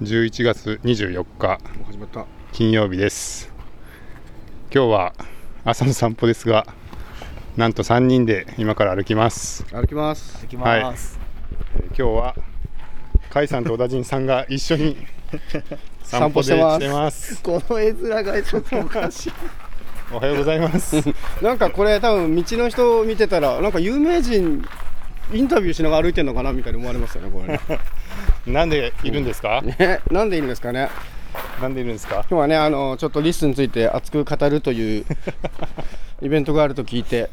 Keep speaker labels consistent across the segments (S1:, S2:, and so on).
S1: 11月24日
S2: もう始まった
S1: 金曜日です今日は朝の散歩ですがなんと3人で今から歩きます
S2: 歩きます
S3: 行きます、
S1: えー今日は甲斐さんと小田陣さんが一緒 に散歩で
S2: 散歩してます
S1: してます
S3: この絵面がちょっとおかしい
S1: おはようございます
S2: なんかこれ多分道の人を見てたらなんか有名人インタビューしながら歩いてるのかなみたいに思われますよねこれ
S1: なんでいるんですか
S2: ねねなんでいるんですかね
S1: なんでいるんですか
S2: 今日はねあのちょっとリスについて熱く語るというイベントがあると聞いて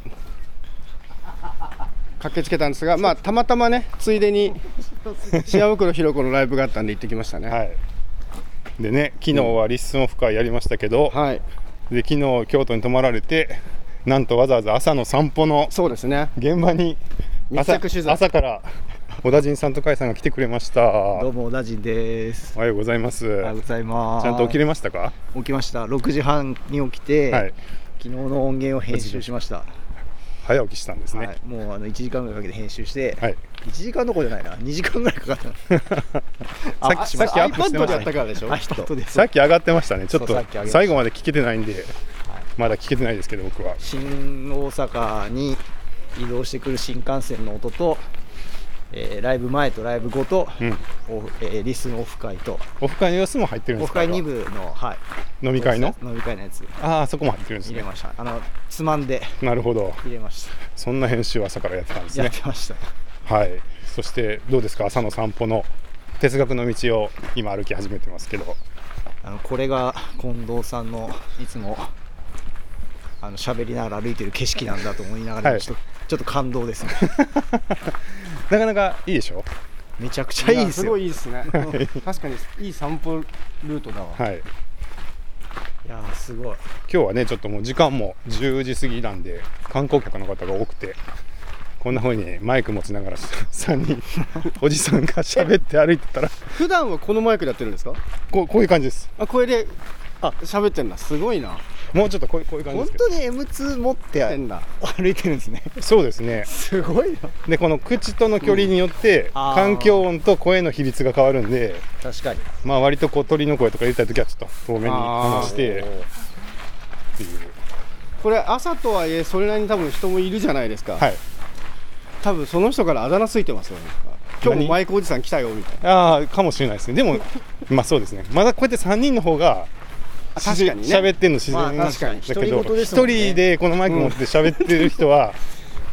S2: 駆けつけたんですがまあたまたまねついで に幸袋ひろ子のライブがあったんで行ってきましたね
S1: はいでね昨日はリッスンオフ会やりましたけど、
S2: はい
S1: で昨日京都に泊まられてなんとわざわざ朝の散歩の
S2: そうですね
S1: 現場に
S2: 密
S1: 朝
S2: 着取材
S1: 朝から小田陣さんと甲斐さんが来てくれました
S3: ど
S1: お
S3: うもラジンです
S1: はようございます
S3: おはようございます
S1: ちゃんと起きれましたか
S3: 起きました6時半に起きて、
S1: はい
S3: 昨日の音源を編集しました、
S1: 早起きしたんです
S3: は
S1: ね
S3: い、もうあの1時間ぐらいかけて編集して、
S1: はい
S3: 1時間どころじゃないな2時間ぐらいかかった
S1: さっきさっきアップしてまし
S2: iPad で
S1: た
S2: やったからでしょ
S3: あ人です
S1: さっき上がってましたねちょっ
S3: そう
S1: と
S3: さっき上げました
S1: 最後まで聞けてないんでまだ聞けてないですけど僕は
S3: 新大阪に移動してくる新幹線の音と、えーライブ前とライブ後と、
S1: うん
S3: オフえーリスンオフ会と
S1: オフ会の様子も入ってるん
S3: オ
S1: です
S3: フ
S1: か
S3: 会2部の、はい、
S1: 飲み会の
S3: 飲み会のやつ
S1: ああそこも入ってるんです
S3: 入れ
S1: ね
S3: ましたあのつまんで
S1: なるほど
S3: 入れました
S1: そんな編集朝からやってたんです
S3: やっ
S1: ね
S3: てました
S1: はいそしてどうですか朝の散歩の哲学の道を今歩き始めてますけど
S3: あのこれが近藤さんのいつもあの喋りながら歩いてる景色なんだと思いながら、
S1: はい
S3: ちょっとちょっと感動ですね
S1: なかなかいいでしょ
S3: めちゃくちゃいいです
S2: やすご
S3: よ
S2: い
S3: い
S2: いいですね確かにいい散歩ルートだわ
S1: はい
S3: やーすご
S1: 今
S3: い
S1: 日はねちょっともう時間も10時過ぎなんで観光客の方が多くてこんな風にねマイク持ちながら3人おじさんが喋って歩いてたら
S2: 普段はこのマイクでやってるんですか
S1: こうこういう感じです
S2: あこれであ喋ってんだすごいな
S1: もうちょっとこういうこういう感じで
S3: 本
S1: すけ
S3: 当に M2 持って
S2: 喋ってんだ
S3: 歩いてるんですね
S1: どそうですね
S3: すごいな
S1: でこの口との距離によって
S3: あー
S1: 環境音と声の比率が変わるんで
S3: 確かに
S1: まあ割とこう鳥の声とか入れたい時はちょっと遠目に
S2: あー
S1: 話してっていう
S2: これ朝とはいえそれなりに多分人もいるじゃないですか、
S1: はい
S2: 多分その人からあだ名ついてますよね今日もマイクおじさん来たよみたいな
S1: ああかもしれないですねでもまあそうですねまだこうやって3人の方が
S2: あ確かにね
S1: 喋ってんの自然なん
S3: まあ
S1: だ
S3: 確かに
S1: けど
S3: 独り言
S1: 一
S3: ですもんね
S1: 人でこのマイク持って喋ってる人は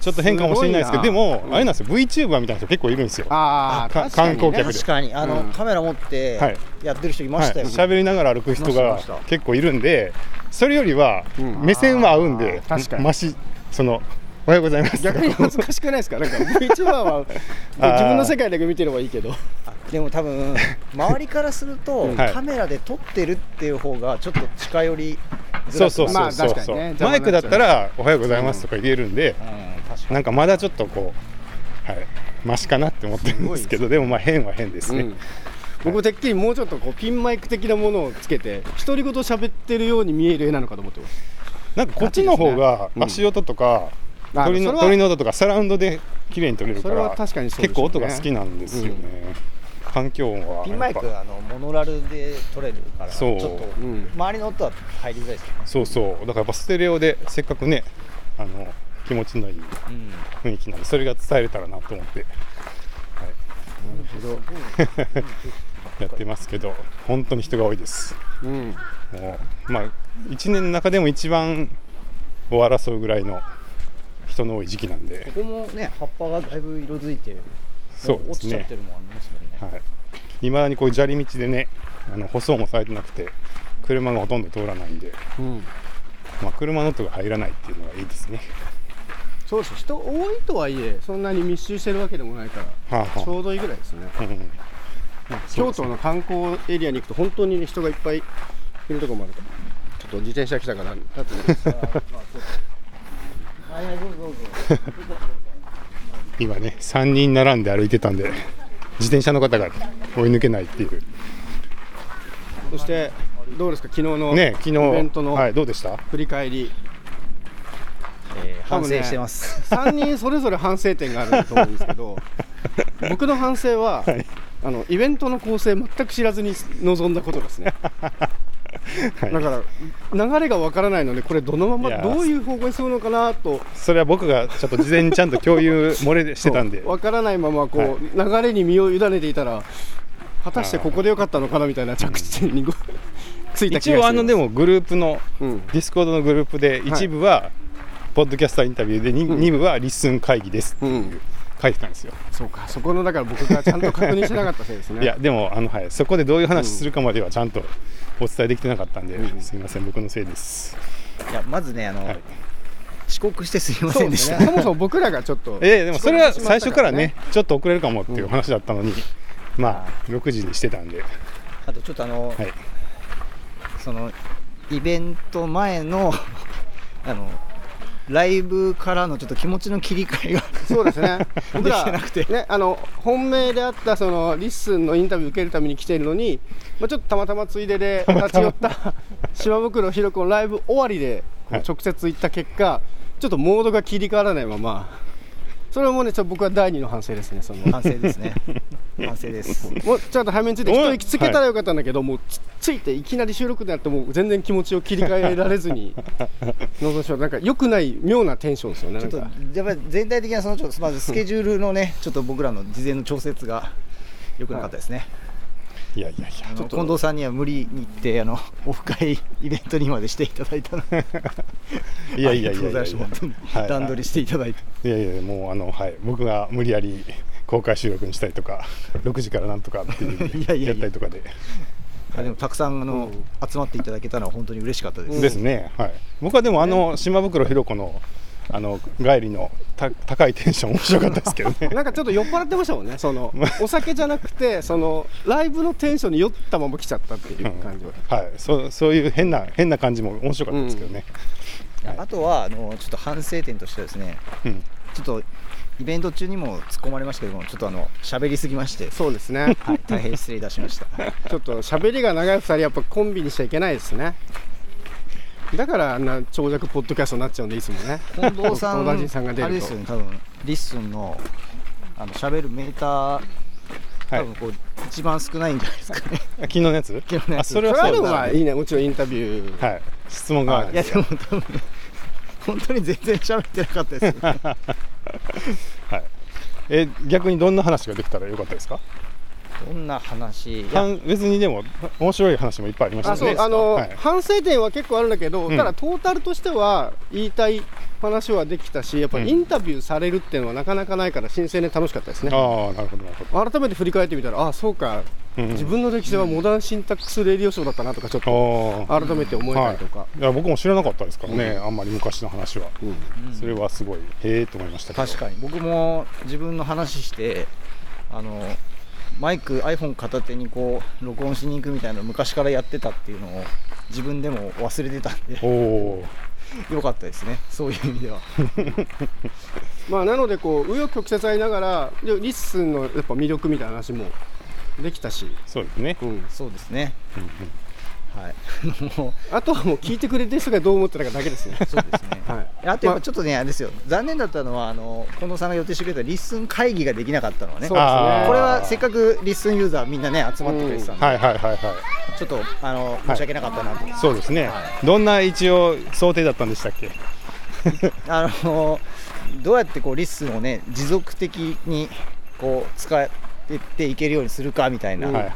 S1: ちょっと変かもしれないですけど
S2: す
S1: で
S2: ごいな
S1: もあれなんですよ VTuber みたいな人結構いるんですよは
S2: ああ
S1: か
S2: 確かに、ね、
S1: 観 光客
S3: 確かにあの、
S2: うん
S3: カメラ持って
S1: はい
S3: やってる人い
S1: い
S3: ましたよ、
S1: 喋りながら歩く人
S3: い
S1: が
S3: ましたいました
S1: 結構いるんでそれよりは
S2: うん
S1: 目線は合うんで
S2: あー確かに
S1: マシそのおはようございます
S2: 逆に難しくないですかなんか VTuber は
S1: あー
S2: 自分の世界だけ見てればいいけど
S3: でも多分周りからすると、
S1: はい
S3: カメラで撮ってるっていう方がちょっと近寄りづ
S1: そ
S3: ら
S1: う
S3: く
S1: そう
S2: ま
S1: そ
S2: あ
S1: うそう
S2: 確かにね
S1: マイクだったらおはようございますとか言えるんで
S3: うん確か
S1: なんかまだちょっとこうはいマシかなって思ってるんですけどでもまあ変は変です
S2: う
S1: ね
S2: ん僕てっきりもうちょっとこうピンマイク的なものをつけて独り言喋ってるように見える絵なのかと思ってます
S1: なんかこっちの方が
S2: うん
S1: 足音とか
S2: あ
S1: 鳥の
S2: それは
S1: 鳥の音とかサラウンドで綺麗に撮れるか
S2: それ
S1: ら
S2: は確かにそうですよね
S1: 結構音が好きなんですよね、環境音は
S3: ピンマイク
S1: やっぱ
S3: はあのモノラルで撮れるからち
S1: そ
S3: ょ
S1: う
S3: っと
S2: うん
S3: 周りの音は入りづらいですけどね
S1: そうそうだからやっぱステレオでせっかくねあの気持ちのいい
S3: うん
S1: 雰囲気なんでそれが伝えれたらなと思って、はい、 やってますけど本当に人が多いです
S2: うん
S1: もうまあ1年の中でも一番を争うぐらいの人の多い時期なんで
S3: ここもね葉っぱがだいぶ色づいて
S1: そう
S3: も
S1: で
S3: 落
S1: す
S3: ちちゃっ
S1: ね
S3: てるもんありますもんね
S1: はいまだにこう砂利道でねあの舗装もされてなくて車がほとんど通らないんで、
S2: うん
S1: まあ、車の音が入らないっていうのがいいですね、
S2: そうです人多いとはいえそんなに密集してるわけでもないから
S1: はあは
S2: ちょうどいいぐらいですね
S1: あうん
S2: 京都の観光エリアに行くと本当に、ね、人がいっぱいいるところもあるからちょっと自転車来たから立ってね
S3: はいはいどうぞどうぞ
S1: 今ね3人並んで歩いてたんで自転車の方が追い抜けないっていう
S2: そしてどうですか昨日の
S1: ね昨日
S2: イベントの
S1: はい、どうでした
S2: 振り返り、
S3: え
S2: 多
S3: ー反
S2: 分
S3: 省
S2: ね
S3: してます
S2: 3人それぞれ反省点があると思うんですけど僕の反省は、あのイベントの構成全く知らずに臨んだことですね
S1: はい
S2: だから流れがわからないのでこれどのま
S1: い
S2: ま
S1: や
S2: どういう方向に進むのかなと
S1: それは僕がちょっと事前にちゃんと共有漏れしてたんで
S2: わからないままこう、流れに身を委ねていたら果たしてここでよかったのかなみたいな着地点にごつい
S1: 一
S2: た気がしていま
S1: 応
S2: す
S1: あのでもグループの
S2: うん
S1: ディスコードのグループで一部はポッドキャスターインタビューでに
S2: うん
S1: 二部はリッスン会議ですって
S2: うん
S1: 書いてたんですよ
S2: そうかそこのだから僕がちゃんと確認しなかったせいです ね
S1: いやでもあの、はい、そこでどういう話するかまではちゃんとお伝えできてなかったんで、
S2: うん
S1: すみません僕のせいです、
S3: いやまずねあの、
S1: はい、
S3: 遅刻してすいま
S2: そ
S3: せ
S2: うんで
S3: ですし
S2: ね
S3: た、
S2: そもそも僕らがちょっ と
S1: えーでもそれは最初から
S2: 遅刻してしまった
S1: ねちょっと遅れるかもっていう話だったのに、まあ6時にしてたんで、
S3: あとちょっとあの、
S1: はい
S3: そのイベント前の あのライブからのちょっと気持ちの切り替えが
S2: そうですね僕ら
S3: できてなくて
S2: ね、あの本命であったそのリッスンのインタビュー受けるために来ているのに、まあ、ちょっとたまたまついでで立ち寄った島袋ひろ子のライブ終わりでこう
S1: はい
S2: 直接行った結果、ちょっとモードが切り替わらないままそれもねちょっと僕は第二の反省ですねその
S3: 反省ですね反省です
S2: もうちょっと早めについて
S1: おい
S2: 一息つけたらよかったんだけど、もうつついていきなり収録になってもう全然気持ちを切り替えられずにのぞしはなんか良くない妙なテンションですよね
S3: ち
S2: な
S3: ょっ
S2: ん
S3: と
S2: か
S3: やっぱり全体的なそのちょっとまずスケジュールのねちょっと僕らの事前の調節が良くなかったですね、
S1: いやいやいや
S3: あの
S2: ちょっと
S3: 近藤さんには無理に行ってあの オフ会イベントにまでしていただいたので
S1: いやいや
S3: あ
S1: い
S3: りがと
S1: やいや
S3: うございま
S1: い
S3: す
S1: や
S3: 本当に
S1: はい
S3: 段取りしていただいて、
S1: いやいやもうあの、はい、僕が無理やり公開収録にしたりとか6時からなんとかっていう
S3: いやいやいや
S1: やったりとかで
S3: あでもたくさんあの、集まっていただけたのは本当に嬉しかったです、
S1: ですね、はい、僕はでもあの島袋ひろ子のあの帰りのた高いテンション面白かったですけどね
S2: なんかちょっと酔っ払ってましたもんね、そのお酒じゃなくて、そのライブのテンションに酔ったまま来ちゃったっていう感じは。
S1: はい、そうそういう変な変な感じも面白かったですけどね、はい
S3: あとはあのちょっと反省点としてはですね
S1: うん
S3: ちょっとイベント中にも突っ込まれましたけどもちょっとあの喋りすぎまして、
S2: そうですね、
S3: はい、大変失礼いたしま した
S2: ちょっと喋りが長い2人、やっぱコンビにしちゃいけないですね。だからあんな長尺ポッドキャストになっちゃうんで、いつもね。
S3: 近藤さん
S2: 僕と同じさんが出ると
S3: あれですよね多分リッスンのあの喋るメーター
S1: は
S3: 多
S1: い
S3: 分、こう、一番少ないんじゃないですかね
S1: 昨日のやつ
S3: 昨日のやつ
S1: あそれ
S2: それ
S1: は
S2: は
S1: そ
S2: で
S1: う
S2: も
S1: だ、
S2: まあいいね、もちろんインタビュー。
S1: はい、質問があるん
S3: いや
S1: で
S3: です
S1: よ
S3: も多分本当に全然喋ってなかった ですよね
S1: え逆にどんな話ができたらよかったですか
S3: どんな話いや
S1: はん別にでも面白い話もいっぱいありまし
S2: あ
S1: た
S2: そ
S1: ね
S2: うあの
S1: はい
S2: 反省点は結構あるんだけど、
S1: うん
S2: ただトータルとしては言いたい話はできたし、やっぱ
S1: うん
S2: インタビューされるっていうのはなかなかないから、新鮮で楽しかったですね。
S1: ああなるほどなるほど、
S2: 改めて振り返ってみたらああそうか
S1: うん
S2: 自分の歴史はモダンシンタックスレディオショーだったなとかちょっと
S1: ああ
S2: 改めて思えたりとか、
S1: いや僕も知らなかったですからね、あんまり昔の話は、
S2: うん
S3: うん
S1: それはすごいへえと思いましたけど
S3: 確かに僕も自分の話してあのマイク iPhone 片手にこう録音しに行くみたいなの昔からやってたっていうのを自分でも忘れてたんで
S1: おお
S3: よかったですねそういう意味では
S2: まあなのでこう紆余曲折ありながらでリッスンのやっぱ魅力みたいな話もできたし、
S1: そうですね、
S2: うん
S3: そうですね
S1: うんうん
S3: はい も
S2: あとはもう聞いてくれてる人がどう思ってたかだ けですね
S3: うそうですね、
S2: はい
S3: あとやっぱちょっとねあれですよ残念だったのはあの近藤さんが予定してくれたリッスン会議ができなかったのはね
S2: そうですね
S3: これはせっかくリッスンユーザーみんなね集まってくれてたんで、
S1: はいはいはいはい
S3: ちょっとあの申し訳なかったなと、
S1: そうですね、
S3: は
S1: どんな一応想定だったんでしたっけ
S3: あのどうやってこうリスンをね持続的にこう使っていけるようにするかみたいな、
S1: はいは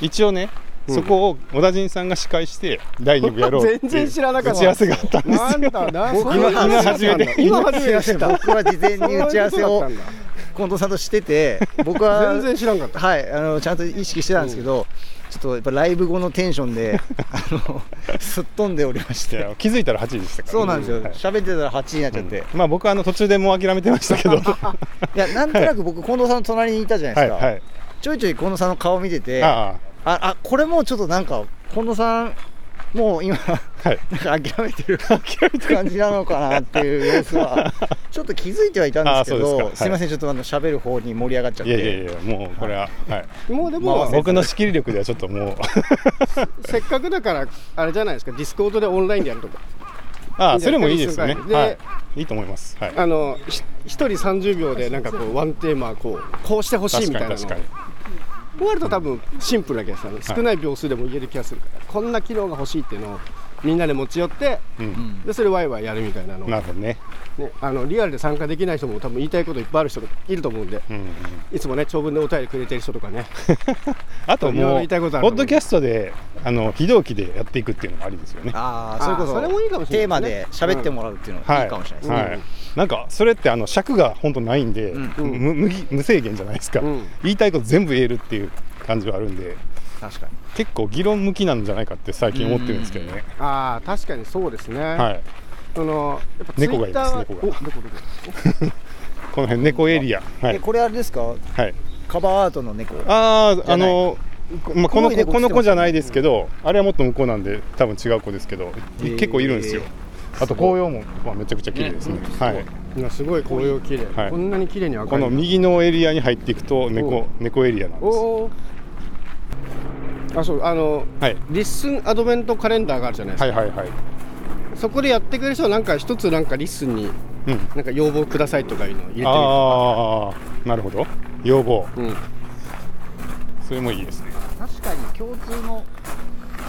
S1: い、一応ね、そこを小田陣さんが司会して第2部やろうっていう
S2: 全然知らなかった
S1: 打ち合わせがあったんです
S2: なんだな
S3: 僕
S2: そういう
S3: 今
S2: 話
S1: 初めて
S2: だったんだ
S3: 今
S2: 今初めて知った
S3: 僕は事前に打ち合わせを
S2: そういうことだっ
S3: 近藤さんとしてて僕
S2: た んだ
S3: は
S2: 全然知らんかった
S3: はいあのちゃんと意識してたんですけど、ちょっとやっぱライブ後のテンションであのすっ飛んでおりまし
S1: い
S3: て
S1: や気づいたら8時でしたからね、
S3: そうなんですよ
S1: はい
S3: 喋、ってたら8時になっちゃって、
S1: まあ僕はあの途中でもう諦めてましたけ どはい
S3: やなんとなく僕近藤さんの隣にいたじゃないで
S1: い
S3: すか、
S1: はい
S3: ちょいちょい近藤さんの顔見てて
S1: あ
S3: ああこれもうちょっとなんか近藤さんもう今
S1: あはい
S3: なんか諦めてる感じなのかなっていう様 子はちょっと気づいてはいたんですけ
S1: あそう
S3: ど
S1: です
S3: す,、
S1: かはい
S3: いませんちょっとあの喋る方に盛り上がっちゃっ
S1: い
S3: て
S1: やいやいやもうこれは、はい
S2: もうで
S1: ま
S2: も、
S1: あ、僕の仕切り力ではちょっと もう
S2: せっかくだからあれじゃないですかディスコードでオンラインでやるとか
S1: ああそれもいいですね
S2: で
S1: はいいいと思いますはい
S2: あのひ一人30秒でなんかこうワンテーマこうこうしてほしいみたいなのを
S1: 確かに確かに
S2: こうやると多分シンプルな気がする、少ない秒数でも言える気がするからこんな機能が欲しいっていうのをみんなで持ち寄って
S1: うん
S2: でそれワイワイやるみたいなの,、
S1: なるほどね、
S2: ね、あのリアルで参加できない人も多分言いたいこといっぱいある人がいると思うんで
S1: うんうん、
S2: いつもね長文でお便りくれてる人と かね
S1: あと
S2: いろいろ
S1: もう
S2: 言いたいことある
S1: ポッ
S2: と思う
S1: ドキャストであの非同期でやっていくっていうのもありですよね
S3: あ
S2: あー
S3: あそれこ
S2: それもいいかもし
S3: そ
S2: れない
S3: テーマで喋ってもらうっていうのがいいかもしれないですね、
S1: はいなんかそれってあの尺が本当ないんで、
S3: うん
S1: む無ぎ無制限じゃないですか、
S2: うん
S1: 言いたいこと全部言えるっていう感じはあるんで
S3: 確かに
S1: 結構議論向きなんじゃないかって最近思ってるんですけどね、
S2: ああ確かにそうですね、
S1: はい、
S2: そのやっぱ
S1: 猫がいます
S2: は
S1: 猫が
S2: おどこどこ
S1: この辺猫エリアは
S3: え
S1: い、
S3: これあれですか
S1: はい、
S3: カバーアートの猫
S1: あ
S3: じ
S1: ああ
S3: ゃない
S1: のこまあこの
S3: 黒い猫
S1: 子この
S3: 来てま
S1: 子
S3: す
S1: じゃないですけど、あれはもっと向こうなんで多分違う子ですけど、
S3: えー
S1: 結構いるんですよあと紅葉も、まあ、めちゃくちゃ綺麗ですね
S3: ね
S1: はい
S2: 今すごい紅葉綺麗、
S1: はい
S2: こんなに綺麗に赤い
S1: この右のエリアに入っていくと
S2: おう
S1: 猫猫エリアなんです
S2: おおあそうあの
S1: はい
S2: リッスンアドベントカレンダーがあるじゃないです
S1: はいはいはい
S2: か、そこでやってくれる人はなんか一つなんかリッスンに
S1: うん
S2: なんか要望くださいとかいうのを入れてみる
S1: ああなるほど要望
S2: うん、
S1: それもいいですね
S3: 確かに共通の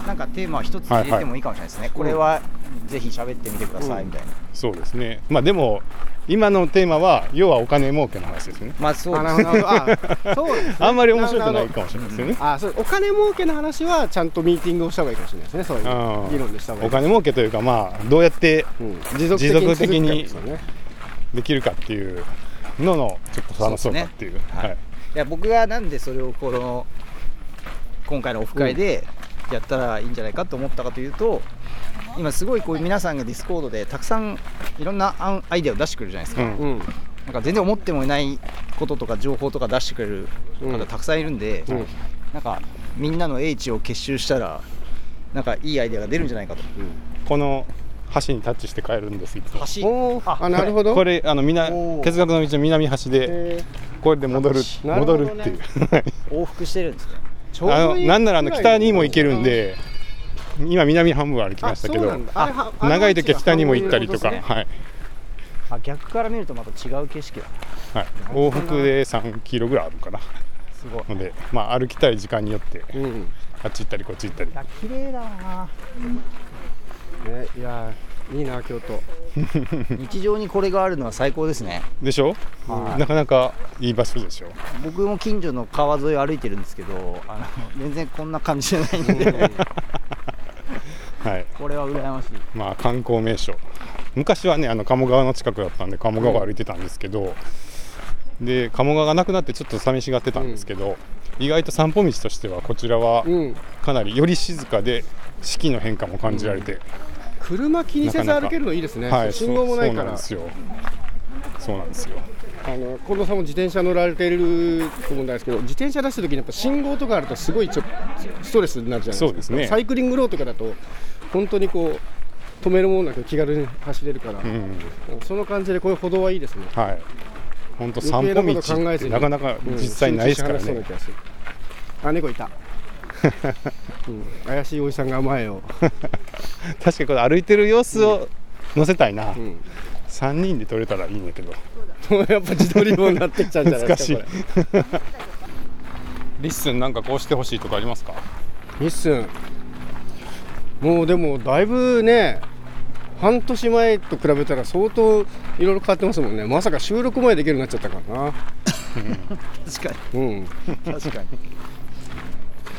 S3: なんかテーマは一つ入れてもいいかもしれないですね、これはぜひ喋ってみてくださいみたいな、
S1: そうですねまあでも今のテーマは要はお金儲けの話ですね
S3: まあそ
S2: あ
S3: うで
S2: な
S3: す
S2: るほどあそうですね
S1: あんまり面白くな
S2: る
S1: い
S2: ほど
S1: かもしれないですよね
S2: あそうお金儲けの話はちゃんとミーティングをした方がいいかもしれないですねそういう
S1: あー
S2: 議論でした方がい
S1: お
S2: い、
S1: 金儲けというかまあどうやって
S2: うん、
S1: 持続的に
S2: 続くかですよね
S1: できるかっていうののちょっと楽しそうかっていう
S3: はい
S1: はい
S3: いや僕がなんでそれをこの今回のオフ会でやったらいいんじゃないかと思ったかというと今すごいこう皆さんがディスコードでたくさんいろんなアンアイデアを出してくれるじゃないです
S1: う
S3: か、
S1: ん
S2: うん
S3: なんか全然思ってもいないこととか情報とか出してくれる
S2: う
S3: 方
S2: ん
S3: たくさんいるんで、
S2: うん
S3: なんかみんなの英知を結集したらなんかいいアイデアが出るんじゃないかと
S1: この橋にタッチして帰るんですいつも
S2: うん、
S3: 橋
S2: おーあ
S3: あ
S2: なるほど
S1: これあのみな
S3: おー
S1: 哲学の道の南橋で
S2: え
S1: これで戻る
S2: なるほ
S1: 戻
S2: ど
S1: るっ
S2: ね
S1: ていう
S3: 往復してるんですね
S2: ー
S1: あのなんならあの北にも行けるん
S2: ちょうどいいぐらいの
S1: で今南半分は歩きましたけ
S2: あそう
S1: ど
S2: なんだあれはあの
S1: 長い時は北にも行ったりとか
S2: あの位置が
S1: はい
S3: あ逆から見るとまた違う景色だ
S1: はい、往復で3キロぐらいあるかな
S3: すごい
S1: ので、まあ、歩きたい時間によって
S2: うん
S1: あっち行ったりこっち行ったり
S3: いや綺麗だな
S2: ね、いやーいいな京都
S3: 日常にこれがあるのは最高ですね
S1: でしょ、
S3: はい
S1: なかなかいい場所でしょ
S3: 僕も近所の川沿いを歩いてるんですけどあの全然こんな感じじゃないんで
S1: はい
S3: これは羨ましい
S1: まあ観光名所昔はねあの鴨川の近くだったんで鴨川を歩いてたんですけど、で鴨川がなくなってちょっと寂しがってたんですけど、意外と散歩道としてはこちらは
S2: うん
S1: かなりより静かで四季の変化も感じられて、
S2: 車気にせず
S1: なかなか
S2: 歩けるのいいですね
S1: はい
S2: 信号もないか
S1: そうそうなん
S2: ら
S1: ですよそうなんですよ
S2: あの近藤さんも自転車乗られてると思うんですけど自転車出した時にやっぱ信号とかあるとすごいちょっとストレスになるじゃないです
S1: そ
S2: か
S1: うですね
S2: サイクリングロードとかだと本当にこう止めるもんなく気軽に走れるから、
S1: うん
S2: その感じでこういう歩道はいいですね
S1: はい。本当散
S2: 余計
S1: 歩
S2: な
S1: 道
S2: こと考
S1: っ
S2: えず
S1: て
S2: に
S1: なかなか
S2: うん
S1: 実際ないですから
S2: 集中して
S1: ね。
S2: 話そうな気がするあ猫い た、うん、怪しいおじさんが前を、
S1: 確かにこれ歩いてる様子を載せたいな
S2: う。ん、
S1: 三、人で撮れたらいいんだけど。
S2: やっぱ自撮り棒になってっちゃうんじゃない
S1: 難
S2: です
S1: し
S2: か
S1: い
S2: これ。
S1: リッスンなんかこうしてほしいとかありますか？
S2: 日寸もうでもだいぶね半年前と比べたら相当いろいろ変わってますもんねまさか収録前できるようになっちゃったからな
S3: 確か
S2: うんで
S3: に確かに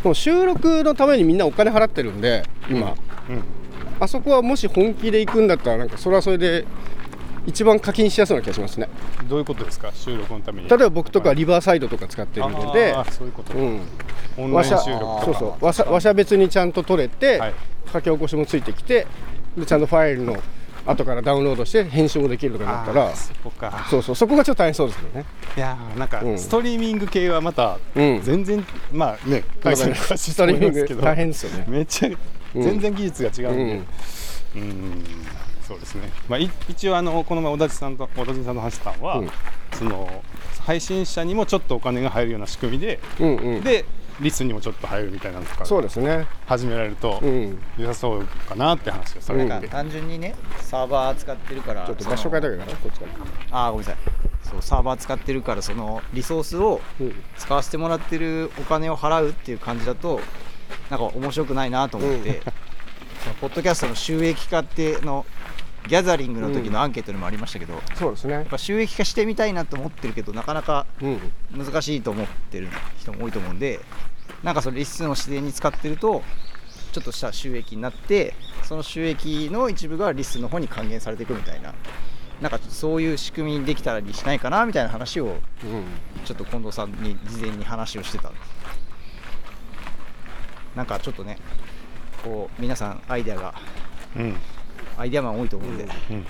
S2: も収録のためにみんなお金払ってるんで今、
S1: うん。
S2: あそこはもし本気で行くんだったらなんかそれはそれで一番課金しやすいような気がしますね
S1: どういうことですか？収録のために。
S2: 例えば僕とかリバーサイドとか使ってるので
S1: あーそういうこと。
S2: うん
S1: オンラ
S2: 和
S1: イン
S2: 車
S1: 収録
S3: あー
S2: そうそう和車和車別にちゃんと取れて、
S1: はい
S2: 書き起こしもついてきてでちゃんとファイルの後からダウンロードして編集もできるとかだったら
S1: あーそこか。
S2: そうそうそこがちょっと大変そうですけどね
S1: いやーなんか
S2: うん
S1: ストリーミング系はまた
S2: うん
S1: 全然、まあね、会社の詳しい
S2: ス
S1: と
S2: トリ
S1: 思
S2: ー
S1: い
S2: ミ
S1: ま
S2: ン
S1: すけ
S2: グ
S1: ど、
S2: 大変ですよね
S1: めっちゃ
S2: うん
S1: 全然技術が違うんで。
S2: うん
S1: うーんそうですね、まあ、い一応あのこの前小田地さんと小田地さんの話したんは、
S2: うん
S1: その配信者にもちょっとお金が入るような仕組みで
S2: うんうん
S1: でリスンにもちょっと入るみたいなのとか
S2: そうですね
S1: 始められると
S2: うん
S1: 良さそうかなって話をされて
S2: う
S1: て、
S2: ん
S3: 単純にねサーバー使ってるから
S2: ちょっと場所変えたけどなこっちから
S3: ああごめんなさいそうサーバー使ってるからそのリソースを
S2: うん
S3: 使わせてもらってるお金を払うっていう感じだとなんか面白くないなと思って、
S2: うん
S3: そのポッドキャストの収益化ってのギャザリングの時のアンケートにもありましたけど、やっ
S2: そうですね
S3: ぱ収益化してみたいなと思ってるけどなかなか
S2: うん
S3: 難しいと思ってる人も多いと思うんでなんかそのリスの自然に使ってるとちょっとした収益になってその収益の一部がリスの方に還元されていくみたいななんかそういう仕組みにできたらにしないかなみたいな話を
S2: うん
S3: ちょっと近藤さんに事前に話をしてたんですなんかちょっとねこう皆さんアイデアが
S1: うん
S3: アイデアマン多いと思うんで、
S1: うん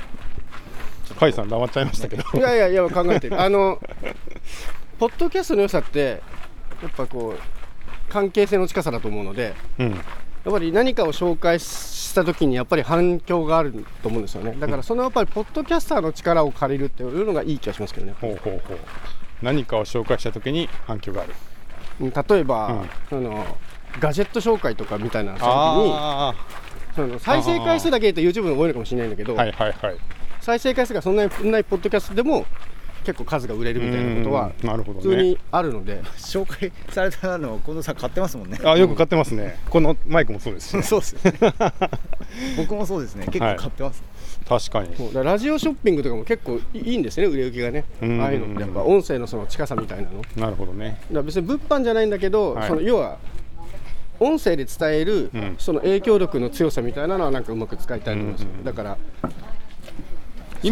S1: 甲斐さん黙っちゃいましたけど
S2: いやいやいや考えてるあのポッドキャストの良さってやっぱこう関係性の近さだと思うので
S1: うん
S2: やっぱり何かを紹介した時にやっぱり反響があると思うんですよねだからそのやっぱりポッドキャスターの力を借りるっていうのがいい気がしますけどね
S1: ほうほうほう何かを紹介した時に反響がある
S2: うん例えば、そのガジェット紹介とかみたいな時に
S1: あ
S2: その再生回数だけ言うと YouTube の方が多いのかもしれないんだけど、
S1: ーはいはいはい
S2: 再生回数がそんなにないポッドキャストでも結構数が売れるみたいなことは
S1: うんなるほど
S2: 普
S1: ね
S2: 通にあるので、
S3: 紹介されたのを近藤さん買ってますもんね
S1: あよく買ってますね、このマイクもそうですし、ね、
S3: そうですね僕もそうですね結構買ってます、
S1: 確かに
S2: そうだからラジオショッピングとかも結構いいんですよね売れ行きがね
S1: うん
S2: ああいうのってやっぱ音声のその近さみたいなのだか
S1: なるほどね
S2: ら別に物販じゃないんだけど、
S1: はい
S2: その要は音声で伝える
S1: うん
S2: その影響力の強さみたいなのはなんかうまく使いたいと思うんですよ、だからその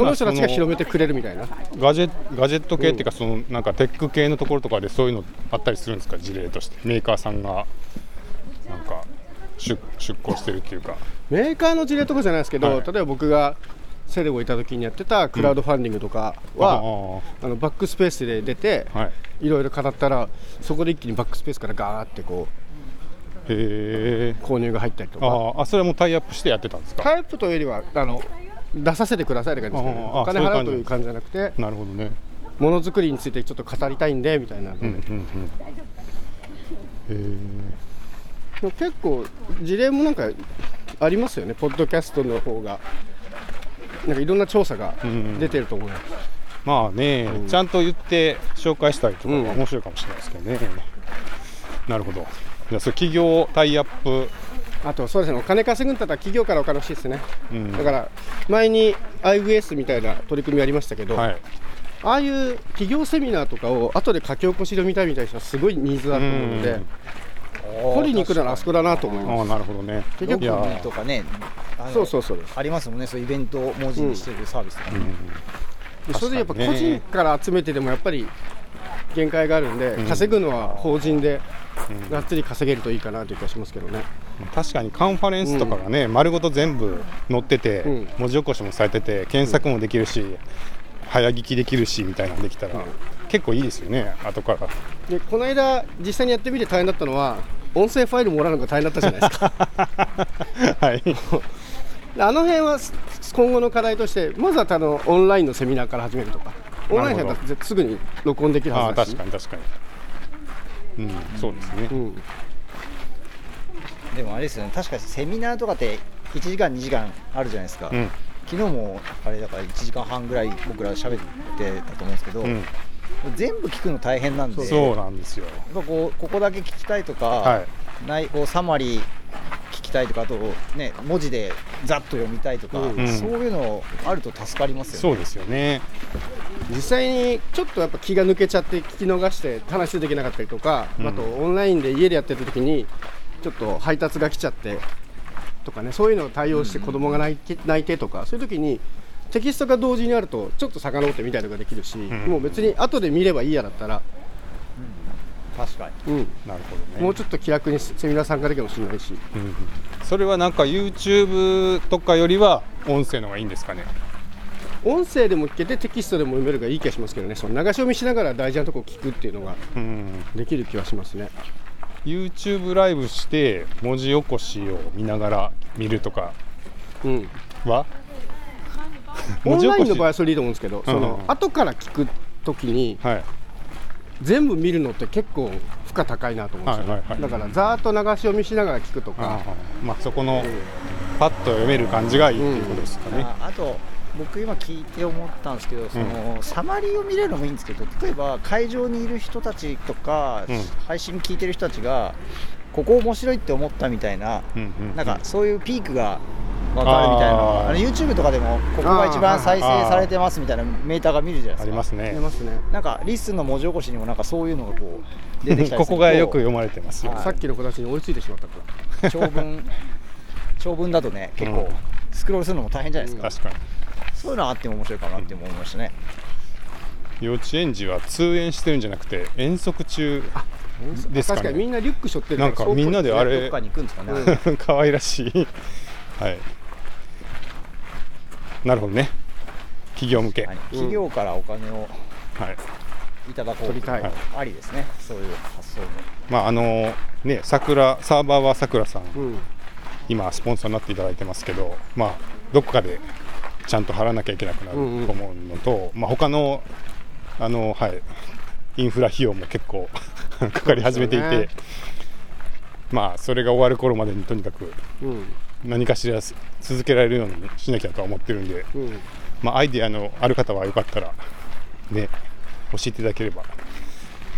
S1: 今
S2: 人たち
S1: そ
S2: が
S1: の
S2: 広めてくれるみたいな
S1: ガジェガジェット系っていうかそのなんかテック系のところとかでそういうのあったりするんですか事例としてメーカーさんがなんか出出向してるっていうか
S2: メーカーの事例とかじゃないですけど、
S1: はい
S2: 例えば僕がセレブをいた時にやってたクラウドファンディングとかは、あのバックスペースで出て、
S1: あーはい
S2: いろいろ語ったらそこで一気にバックスペースからガーってこ
S1: へえ
S2: う購入が入ったりと
S1: あ
S2: か
S1: ーあそれはもうタイアップしてやってたんですか
S2: タイプというよりはあの出させてくださいって感じですけど、ね
S1: あ、あ
S2: お金払
S1: あ
S2: うという感じじゃなくて
S1: なるほどね
S2: ものづくりについてちょっと語りたいんでみたいなので、
S1: うんうんうんへ
S2: でも結構事例もなんかありますよねポッドキャストの方がなんかいろんな調査が出てると思います、
S1: えまあね、ちゃんと言って紹介したりとか
S2: うん
S1: は面白いかもしれないですけどね、なるほどじゃあそれ企業タイアップ
S2: あとそうですねお金稼ぐんだったら企業からお金欲しいですね、
S1: うん
S2: だから前に IVS みたいな取り組みありましたけど、
S1: はい
S2: ああいう企業セミナーとかを後で書き起こしで見たいみたいな人はすごいニーズだと思うの
S1: う
S2: で
S1: ん
S2: 取りに行くならあそこだなと思い
S1: あ
S2: ま
S1: あなるほどね
S2: 結局
S1: いや
S3: ロッキーとかねあの
S2: すそうそうそうです
S3: ありますもんねそういうイベントを文字にしてるサービスとかね、
S2: でそれでやっぱ個
S1: 確かに
S2: 人
S1: ね
S2: から集めてでもやっぱり限界があるんで、
S1: ん
S2: 稼ぐのは法人でがっつり稼げるといいかなという気がしますけどね、
S1: 確かにカンファレンスとかがね、丸ごと全部載ってて、
S2: うん
S1: 文字起こしもされてて検索もできるし、早聞きできるしみたいなのできたら、
S2: うん
S1: 結構いいですよね後から
S2: でこの間実際にやってみて大変だったのは音声ファイルもらうのが大変だったじゃないですか
S1: はい
S2: であの辺はす今後の課題としてまずはあのオンラインのセミナーから始めるとかオンラインだったらすぐに録音できる
S1: あ
S2: は
S1: あ
S2: ずだ
S1: 確
S2: し
S1: かに確かにうんそうですね、
S2: うん
S3: でもあれですよね確かにセミナーとかって1時間2時間あるじゃないですか、
S1: うん
S3: 昨日もあれだから1時間半ぐらい僕ら喋ってたと思うんですけど、
S1: うん
S3: 全部聞くの大変なんで
S1: そうなんですよ
S3: やっぱこうここだけ聞きたいとか、
S1: は
S3: ないこうサマリー聞きたいとかあと、ね、文字でざっと読みたいとか、
S2: うん
S3: そういうのあると助かりますよ
S1: そ
S3: ね
S1: うですよね
S2: 実際にちょっとやっぱ気が抜けちゃって聞き逃して話できなかったりとか、
S1: ん
S2: あとオンラインで家でやってる時にちょっと配達が来ちゃってとかねそういうのを対応して子供が泣いて,、泣いてとかそういう時にテキストが同時にあるとちょっと遡ってみたりとかできるし、
S1: ん
S2: もう別に後で見ればいいやだったら、
S3: 確かに
S2: うん
S1: なるほどね
S2: もうちょっと気楽にセミナー参加できるかもしれないし
S1: うんそれはなんか YouTube とかよりは音声の方がいいんですかね
S2: 音声でも聞けてテキストでも読めるがいい気がしますけどねその流し読みしながら大事なとこを聞くっていうのが
S1: うん
S2: できる気はしますね。
S1: YouTube ライブして文字起こしを見ながら見るとか
S2: うん
S1: は
S2: オンラインの場合
S1: 合
S2: はそれでいいと思うんですけど、そ
S1: うんう
S2: の
S1: ん
S2: 後から聞くときに
S1: はい
S2: 全部見るのって結構負荷高いなと思うんですよ、
S1: はいはいはい
S2: だからざーっと流し読みしながら聞くと
S1: あ
S2: か、
S1: ーまあそこのパッと読める感じがいいっていうことですかね、
S3: ああと僕今聞いて思ったんですけどその、サマリーを見れるのもいいんですけど例えば会場にいる人たちとか、
S1: うん
S3: 配信聞いてる人たちがここ面白いって思ったみたいな、
S1: うんうん
S3: なんかそういうピークが分かるみたいな
S1: あー
S3: あの YouTube とかでもここが一番再生されてますみたいなメーターが見るじゃな
S1: あ
S3: い
S1: り
S3: です
S1: ます
S2: あ
S3: か。
S2: り
S1: ね
S2: ますね
S3: なんかリスンの文字起こしにもなんかそういうのがこう出てきたりすると
S1: ここがよく読まれてますよ、
S3: はい
S2: さっきの子たちに追いついてしまったから
S3: 長文長文だとね結
S1: う
S3: 構
S1: ん
S3: スクロールするのも大変じゃないですか、
S1: 確かに
S3: そういうのあっても面白いかなって思いましたね、
S1: 幼稚園児は通園してるんじゃなくて遠足中ですかね
S2: 確かにみんなリュック背負ってる
S1: なんかみんなであ
S3: どっ
S1: れ
S3: かに行くんですかね、
S2: うん
S1: 可愛らしいはいなるほどね企業向け
S3: は
S1: はいい、
S3: 企業からお金をいただこう
S2: 取りたい
S1: はい
S3: ありですねそういう発想も
S1: まああのね桜サーバーはさくらさん
S2: うん
S1: 今スポンサーになっていただいてますけどまあどこかでちゃんと払わなきゃいけなくなると
S2: うんうん
S1: 思うのと、まあ他のあのはいインフラ費用も結構 かかり始めていて、
S2: そうですよね
S1: まあそれが終わる頃までにとにかく
S2: うん
S1: 何かしらす続けられるようにしなきゃとは思ってるんで、
S2: うん
S1: まあ、アイデアのある方はよかったらね教えていただければ、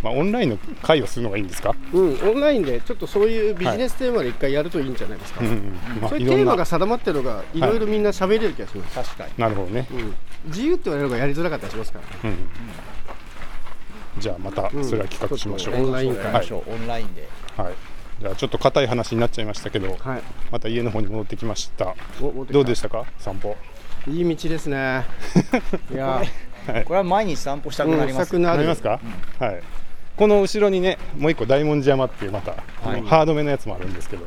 S1: まあ、オンラインの会をするのがいいんですか、
S2: うん、オンラインでちょっとそういうビジネステーマで一回やるといいんじゃないですか、
S1: うんうんまあ
S2: そういう
S1: い
S2: テ
S1: ろん
S2: ーマ
S1: な
S2: が定まってるのがいろいろみんな喋れる気がします、
S3: 確かに
S1: なるほどね、
S2: うん、自由って言われるのがやりづらかったりしますからね
S1: うんじゃあまたそれは企画しましょう、
S2: うんオンライン会
S3: やりましょうオンラインで
S1: はい、じゃあちょっと硬い話になっちゃいましたけど、
S2: はい
S1: また家の方に戻ってきました
S2: お持ってきた
S1: どうでしたか散歩
S2: いい道で すねいや
S1: はい
S3: これは毎日散歩したくなります、
S2: うんしたくな
S1: な
S2: る
S1: りますか、はいこの後ろにねもう一個大文字山っていうまた、
S3: はい
S1: ハードめのやつもあるんですけど、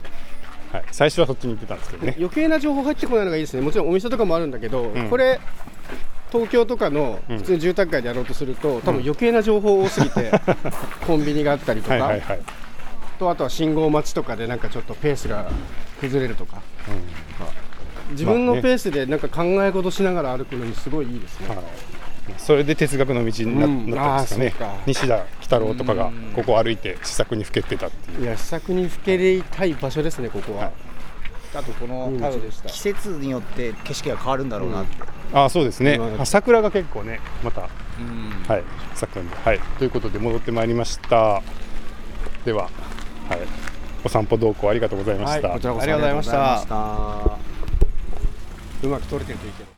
S1: はい、最初はそっちに行ってたんですけどね
S2: 余計な情報入ってこないのがいいですねもちろんお店とかもあるんだけど、
S1: ん
S2: これ東京とかの
S1: うん
S2: 普通に住宅街でやろうとすると、多分余計な情報多す ぎてコンビニがあったりとか、
S1: はいはいはい、
S2: とあとは信号待ちとかでなんかちょっとペースが崩れるとか
S1: うん
S2: 自分
S1: まあ
S2: の
S1: ね
S2: ペースでなんか考え事しながら歩くのにすごいいいですね、
S1: はい、それで哲学の道にな,、
S2: うん
S1: なったんですか
S2: あー
S1: ね
S2: そうか
S1: 西田喜太郎とかが
S3: うん
S1: ここを歩いて試作にふけてたっていう
S2: い、や試作にふけりたい場所ですねここ
S1: は
S2: は、
S1: い
S3: あとこの
S2: いい
S3: 多
S2: 道
S3: 分
S2: でした
S3: 季節によって景色が変わるんだろうなって、
S1: あーそうですね
S2: うん
S1: あ桜が結構ねまた
S3: うん
S1: はい咲くんで、はい、ということで戻ってまいりましたでは、はい、お散歩同行ありがとうございました、
S2: こちらこそ
S3: ありがとうございました
S2: ありがとうございましたうまく撮れてるといいけど